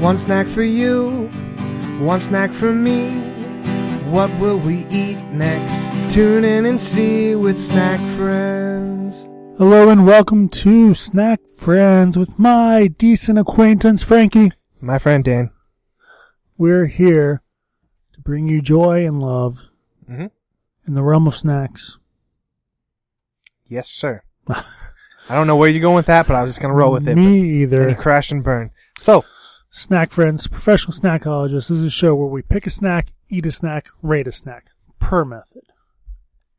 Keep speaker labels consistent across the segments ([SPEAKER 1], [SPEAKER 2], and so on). [SPEAKER 1] One snack for you, one snack for me. What will we eat next? Tune in and see with Snack Friends.
[SPEAKER 2] Hello and welcome to Snack Friends with my decent acquaintance Frankie.
[SPEAKER 1] My friend Dan.
[SPEAKER 2] We're here to bring you joy and love
[SPEAKER 1] Mm-hmm.
[SPEAKER 2] in the realm of snacks.
[SPEAKER 1] Yes, sir. I don't know where you're going with that, but I was just going to roll with it.
[SPEAKER 2] Me
[SPEAKER 1] but- And
[SPEAKER 2] either.
[SPEAKER 1] you crash and burn. So,
[SPEAKER 2] Snack Friends, professional snackologists. This is a show where we pick a snack, eat a snack, rate a snack per method.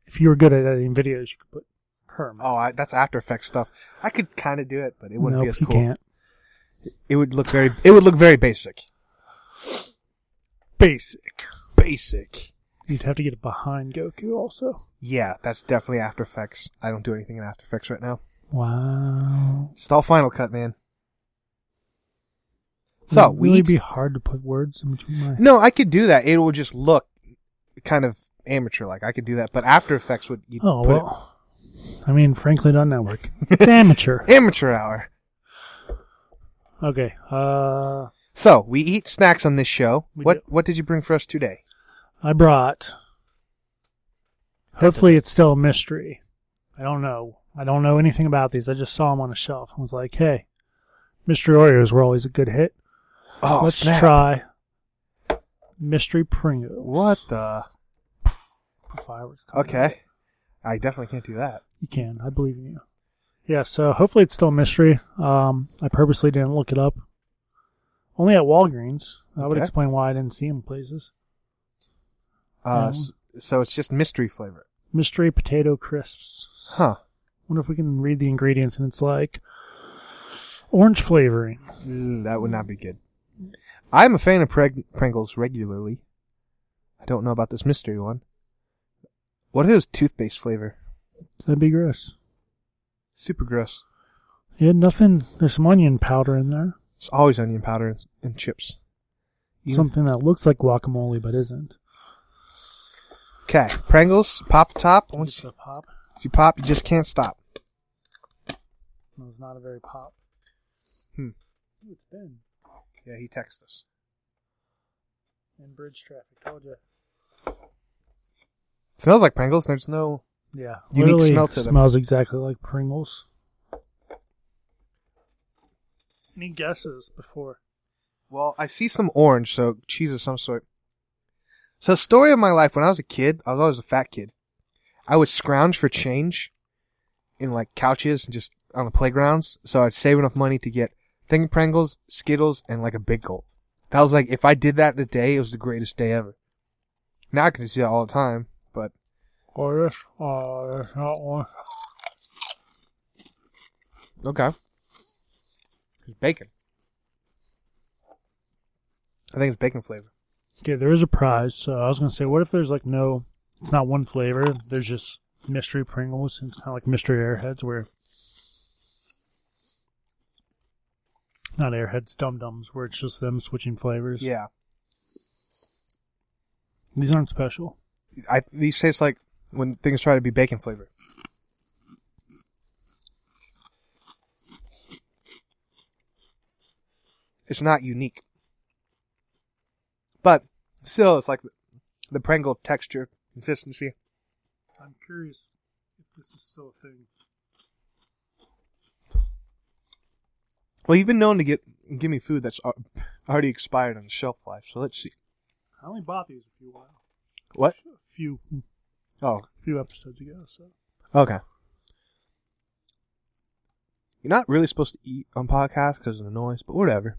[SPEAKER 2] If you were good at editing videos, you could put per. method.
[SPEAKER 1] oh, I, that's After Effects stuff. I could kind of do it, but Oh, it wouldn't
[SPEAKER 2] nope,
[SPEAKER 1] be as
[SPEAKER 2] you
[SPEAKER 1] cool.
[SPEAKER 2] can't.
[SPEAKER 1] It would look very. It would look very basic.
[SPEAKER 2] Basic.
[SPEAKER 1] Basic.
[SPEAKER 2] You'd have to get it behind Goku also.
[SPEAKER 1] Yeah, that's definitely After Effects. I don't do anything in After Effects right now.
[SPEAKER 2] Wow.
[SPEAKER 1] It's all Final Cut, man. So
[SPEAKER 2] It'd
[SPEAKER 1] we
[SPEAKER 2] really
[SPEAKER 1] eat-
[SPEAKER 2] Hmm, be hard to put words in between my.
[SPEAKER 1] No, I could do that. It will just look kind of amateur like. I could do that, but After Effects would you
[SPEAKER 2] Oh
[SPEAKER 1] put
[SPEAKER 2] well, I mean, frankly, doesn't that work? It's amateur.
[SPEAKER 1] it amateur hour.
[SPEAKER 2] Okay, uh,
[SPEAKER 1] So we eat snacks on this show.
[SPEAKER 2] We
[SPEAKER 1] what
[SPEAKER 2] do.
[SPEAKER 1] what did you bring for us today?
[SPEAKER 2] I brought. Hopefully, it's still a mystery. I don't know. I don't know anything about these. I just saw them on a shelf. I was like, "Hey, mystery Oreos were always a good hit.
[SPEAKER 1] Oh,
[SPEAKER 2] Let's
[SPEAKER 1] snap.
[SPEAKER 2] try mystery Pringles."
[SPEAKER 1] What the?
[SPEAKER 2] The fireworks coming out.
[SPEAKER 1] Okay, I definitely can't do that.
[SPEAKER 2] You can. I believe in you. Yeah, so hopefully it's still a mystery. Um, I purposely didn't look it up. Only at Walgreens. That would
[SPEAKER 1] Okay.
[SPEAKER 2] explain why I didn't see them places.
[SPEAKER 1] Uh,
[SPEAKER 2] No.
[SPEAKER 1] s- so it's just mystery flavor,
[SPEAKER 2] Mystery potato crisps.
[SPEAKER 1] huh?
[SPEAKER 2] Wonder if we can read the ingredients and it's like orange flavoring.
[SPEAKER 1] Mm, that would not be good. I'm a fan of Preg- Pringles regularly. I don't know about this mystery one. What if it was toothpaste flavor?
[SPEAKER 2] That'd be gross.
[SPEAKER 1] Super gross.
[SPEAKER 2] Yeah, nothing. There's some onion powder in there.
[SPEAKER 1] It's always onion powder and, and chips.
[SPEAKER 2] Something that looks like guacamole but isn't.
[SPEAKER 1] Okay, Pringles, pop the top. Once
[SPEAKER 2] It's a pop.
[SPEAKER 1] you pop, you just can't stop.
[SPEAKER 2] No, it's not a very pop.
[SPEAKER 1] Hmm.
[SPEAKER 2] Ooh, It's been
[SPEAKER 1] Yeah, he texted us.
[SPEAKER 2] in bridge traffic. Told you.
[SPEAKER 1] Smells like Pringles. There's no.
[SPEAKER 2] Yeah,
[SPEAKER 1] Unique
[SPEAKER 2] literally
[SPEAKER 1] smell to them.
[SPEAKER 2] Smells exactly like Pringles. Any guesses before?
[SPEAKER 1] Well, I see some orange, so cheese of some sort. So, story of my life. When I was a kid, I was always a fat kid. I would scrounge for change in like couches and just on the playgrounds. So I'd save enough money to get thing Pringles, Skittles, and like a big gulp. That was like if I did that in a day, it was the greatest day ever. Now I can just do that all the time, but
[SPEAKER 2] Or this? Oh, that's not one.
[SPEAKER 1] Okay. It's bacon. I think it's bacon flavor.
[SPEAKER 2] Okay, there is a prize. So I was gonna say, what if there's like no? It's not one flavor. There's just mystery Pringles. and It's kind of like mystery Airheads, where not Airheads, Dum Dums, where it's just them switching flavors.
[SPEAKER 1] Yeah.
[SPEAKER 2] these aren't special.
[SPEAKER 1] I these taste like when things try to be bacon flavor. It's not unique. But still it's like the Pringle texture, consistency.
[SPEAKER 2] I'm curious if this is still a thing.
[SPEAKER 1] Well, you've been known to get give me food that's al- already expired on the shelf life. So let's see.
[SPEAKER 2] I only bought these a few while,
[SPEAKER 1] What?
[SPEAKER 2] a few
[SPEAKER 1] Oh,
[SPEAKER 2] few episodes ago. So
[SPEAKER 1] Okay. You're not really supposed to eat on podcast because of the noise, but whatever.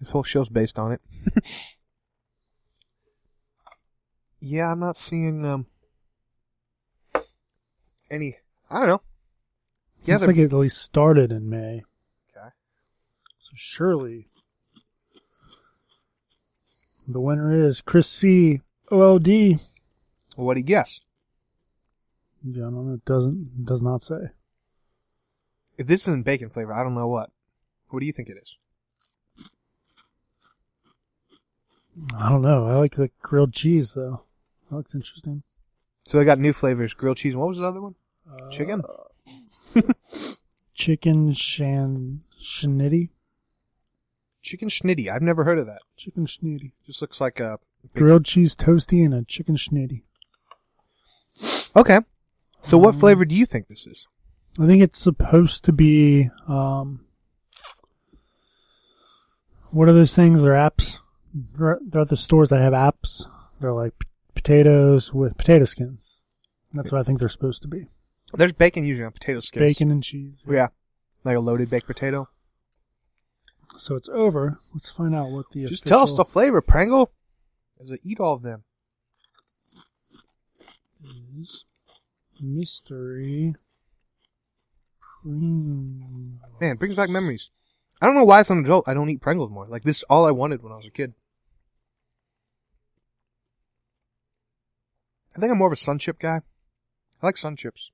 [SPEAKER 1] This whole show's based on it. yeah, I'm not seeing um any. I don't know. Yeah,
[SPEAKER 2] looks
[SPEAKER 1] they're-
[SPEAKER 2] like it at least started in May.
[SPEAKER 1] okay.
[SPEAKER 2] So surely the winner is Chris C. OLD. Yeah,
[SPEAKER 1] Well, what do you guess?
[SPEAKER 2] I don't know. It doesn't does not say.
[SPEAKER 1] If this isn't bacon flavor, I don't know what. What do you think it is?
[SPEAKER 2] I don't know. I like the grilled cheese though. That looks interesting.
[SPEAKER 1] So they got new flavors: grilled cheese. and What was the other one?
[SPEAKER 2] Uh,
[SPEAKER 1] Chicken.
[SPEAKER 2] Chicken shan shanity.
[SPEAKER 1] Chicken schnitty. I've never heard of that.
[SPEAKER 2] Chicken schnitty.
[SPEAKER 1] Just looks like a.
[SPEAKER 2] Grilled cheese toasty and a chicken schnitty.
[SPEAKER 1] Okay. So what
[SPEAKER 2] Um,
[SPEAKER 1] flavor do you think this is?
[SPEAKER 2] I think it's supposed to be. Um, what are those things? They're apps. They're, they're at the stores that have apps. They're like p- potatoes with potato skins. That's what I think they're supposed to be.
[SPEAKER 1] There's bacon usually on potato skins.
[SPEAKER 2] Bacon and cheese.
[SPEAKER 1] Yeah. Like a loaded baked potato.
[SPEAKER 2] So it's over. Let's find out what the
[SPEAKER 1] Just tell us the
[SPEAKER 2] official-
[SPEAKER 1] flavor, Prangle. As I eat all of them.
[SPEAKER 2] is mystery cream.
[SPEAKER 1] Man, brings back memories. I don't know why as an adult I don't eat Pringles more. Like this is all I wanted when I was a kid. I think I'm more of a sun chip guy. I like sun chips.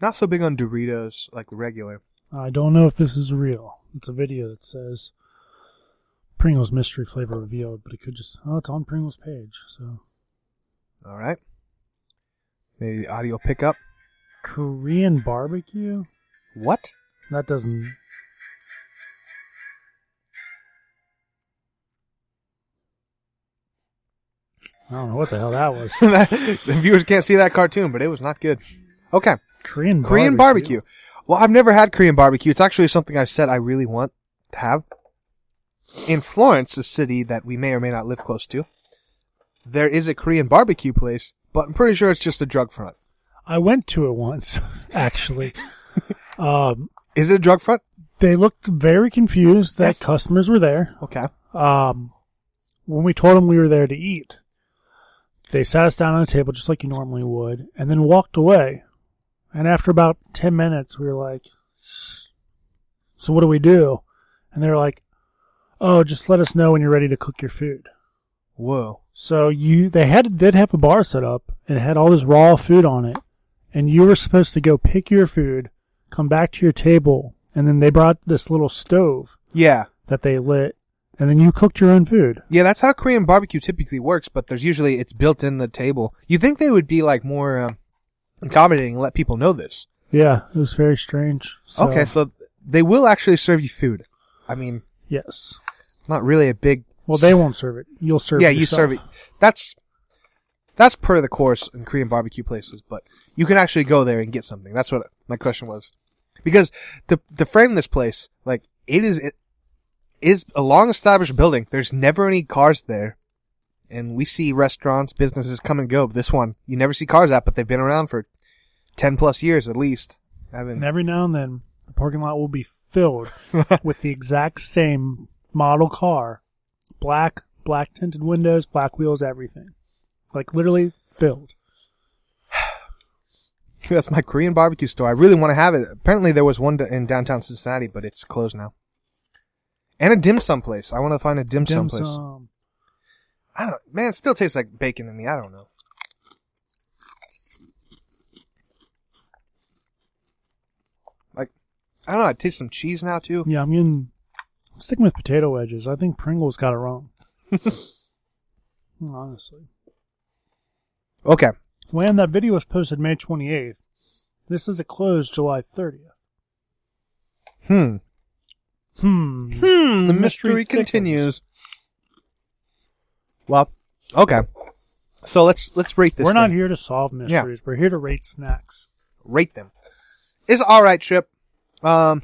[SPEAKER 1] Not so big on Doritos, like regular.
[SPEAKER 2] I don't know if this is real. It's a video that says Pringles mystery flavor revealed, but it could just oh, it's on Pringles page. So
[SPEAKER 1] All right. Maybe the audio pickup.
[SPEAKER 2] Korean barbecue.
[SPEAKER 1] What?
[SPEAKER 2] That doesn't. I don't know what the hell that was.
[SPEAKER 1] the viewers can't see that cartoon, but it was not good. Okay.
[SPEAKER 2] Korean
[SPEAKER 1] Korean barbecue. Well, I've never had Korean barbecue. It's actually something I've said I really want to have. In Florence, a city that we may or may not live close to, there is a Korean barbecue place, but I'm pretty sure it's just a drug front.
[SPEAKER 2] I went to it once, actually. um,
[SPEAKER 1] Is it a drug front?
[SPEAKER 2] they looked very confused that
[SPEAKER 1] That's-
[SPEAKER 2] customers were there.
[SPEAKER 1] Okay.
[SPEAKER 2] Um, when we told them we were there to eat, they sat us down on a table just like you normally would, and then walked away. And after about ten minutes, we were like, "So what do we do?" And they're like, "Oh, just let us know when you're ready to cook your food."
[SPEAKER 1] Whoa.
[SPEAKER 2] So you, they had did have a bar set up and it had all this raw food on it, and you were supposed to go pick your food, come back to your table, and then they brought this little stove
[SPEAKER 1] Yeah.
[SPEAKER 2] that they lit, and then you cooked your own food.
[SPEAKER 1] Yeah, that's how Korean barbecue typically works, but there's usually, it's built in the table. You think they would be like more um, accommodating and let people know this.
[SPEAKER 2] Yeah, it was very strange. So,
[SPEAKER 1] Okay, so they will actually serve you food. I mean,
[SPEAKER 2] yes,
[SPEAKER 1] not really a big
[SPEAKER 2] well they won't serve it. You'll serve.
[SPEAKER 1] yeah,
[SPEAKER 2] it
[SPEAKER 1] you
[SPEAKER 2] yourself.
[SPEAKER 1] serve it. That's that's per the course in Korean barbecue places, but you can actually go there and get something. That's what my question was, because to to frame this place, like it is it is a long established building. There's never any cars there, and we see restaurants, businesses come and go. But this one, you never see cars at, but they've been around for ten plus years at least. I mean,
[SPEAKER 2] And every now and then, the parking lot will be filled with the exact same model car, black, black tinted windows, black wheels, everything, like literally filled.
[SPEAKER 1] that's my Korean barbecue store. I really want to have it. Apparently, there was one in downtown Cincinnati, but it's closed now. And a dim sum place. I want to find a dim, sum place.
[SPEAKER 2] sum.
[SPEAKER 1] I don't. Man, it still tastes like bacon to me. I don't know. Like, I don't know. I taste some cheese now too.
[SPEAKER 2] Yeah, I'm getting I'm sticking with potato wedges. I think Pringles got it wrong. Honestly,
[SPEAKER 1] Okay.
[SPEAKER 2] when that video was posted May 28th, this is it closed July 30th.
[SPEAKER 1] Hmm. Hmm.
[SPEAKER 2] Hmm.
[SPEAKER 1] The mystery,
[SPEAKER 2] mystery thickens.
[SPEAKER 1] continues. Well, okay. So let's let's rate this.
[SPEAKER 2] We're not
[SPEAKER 1] thing.
[SPEAKER 2] here to solve mysteries. We're here to rate snacks.
[SPEAKER 1] Rate them. It's all right, Trip. Um,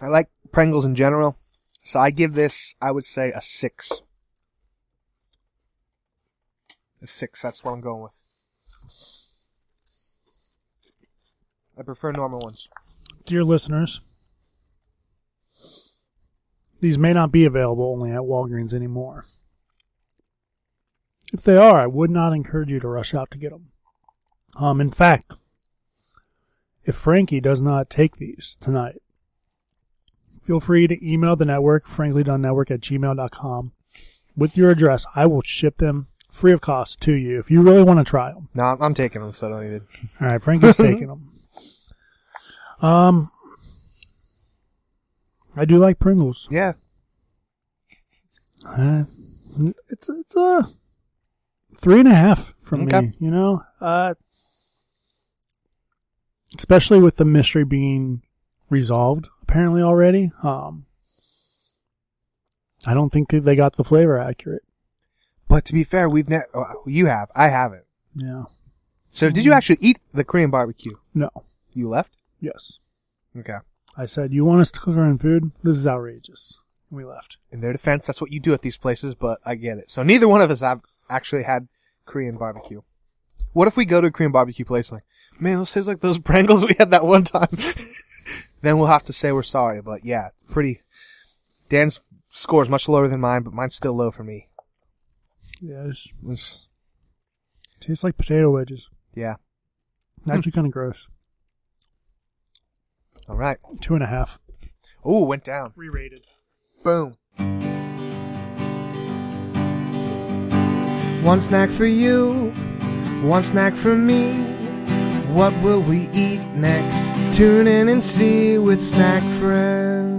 [SPEAKER 1] I like Pringles in general, so I give this. I would say a six. A six. That's what I'm going with. I prefer normal ones.
[SPEAKER 2] Dear listeners, these may not be available only at Walgreens anymore. If they are, I would not encourage you to rush out to get them. Um, in fact, if Frankie does not take these tonight, feel free to email the network, franklydonenetwork at gmail.com, with your address. I will ship them free of cost to you if you really want to try them.
[SPEAKER 1] No, I'm, I'm taking them, so I don't even.
[SPEAKER 2] All right, Frankie's taking them. Um, I do like Pringles.
[SPEAKER 1] Yeah,
[SPEAKER 2] Uh, it's it's a three and a half from me.
[SPEAKER 1] Okay.
[SPEAKER 2] You know, uh, especially with the mystery being resolved apparently already. Um, I don't think that they got the flavor accurate.
[SPEAKER 1] But to be fair, we've never. Oh, you have. I haven't.
[SPEAKER 2] Yeah.
[SPEAKER 1] So did you actually eat the Korean barbecue?
[SPEAKER 2] No.
[SPEAKER 1] You left.
[SPEAKER 2] Yes.
[SPEAKER 1] Okay.
[SPEAKER 2] I said, "You want us to cook our own food? This is outrageous." And we left.
[SPEAKER 1] In their defense, that's what you do at these places. But I get it. So neither one of us have actually had Korean barbecue. What if we go to a Korean barbecue place like, man, those taste like those Pringles we had that one time? then we'll have to say we're sorry. But yeah, pretty. Dan's score is much lower than mine, but mine's still low for me.
[SPEAKER 2] Yes.
[SPEAKER 1] It's-
[SPEAKER 2] Tastes like potato wedges.
[SPEAKER 1] yeah.
[SPEAKER 2] Actually, kind of gross.
[SPEAKER 1] All right.
[SPEAKER 2] Two and a half.
[SPEAKER 1] Oh, went down.
[SPEAKER 2] Rerated.
[SPEAKER 1] Boom. One snack for you, one snack for me. What will we eat next? Tune in and see with Snack Friends.